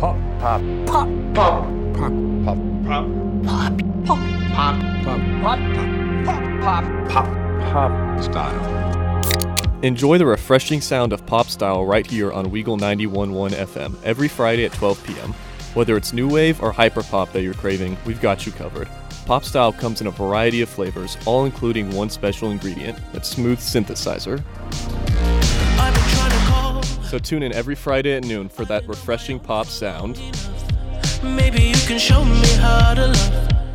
Pop. Pop. Pop. Pop. Pop. Pop. Pop. Pop. Pop. Pop. Pop. Pop. Pop. Pop. Pop. Style. Enjoy the refreshing sound of pop style right here on Weagle 91.1 FM every Friday at 12 p.m. Whether it's new wave or hyper pop that you're craving, we've got you covered. Pop style comes in a variety of flavors, all including one special ingredient, that smooth synthesizer. So tune in every Friday at noon for that refreshing pop sound. Maybe you can show me how to love.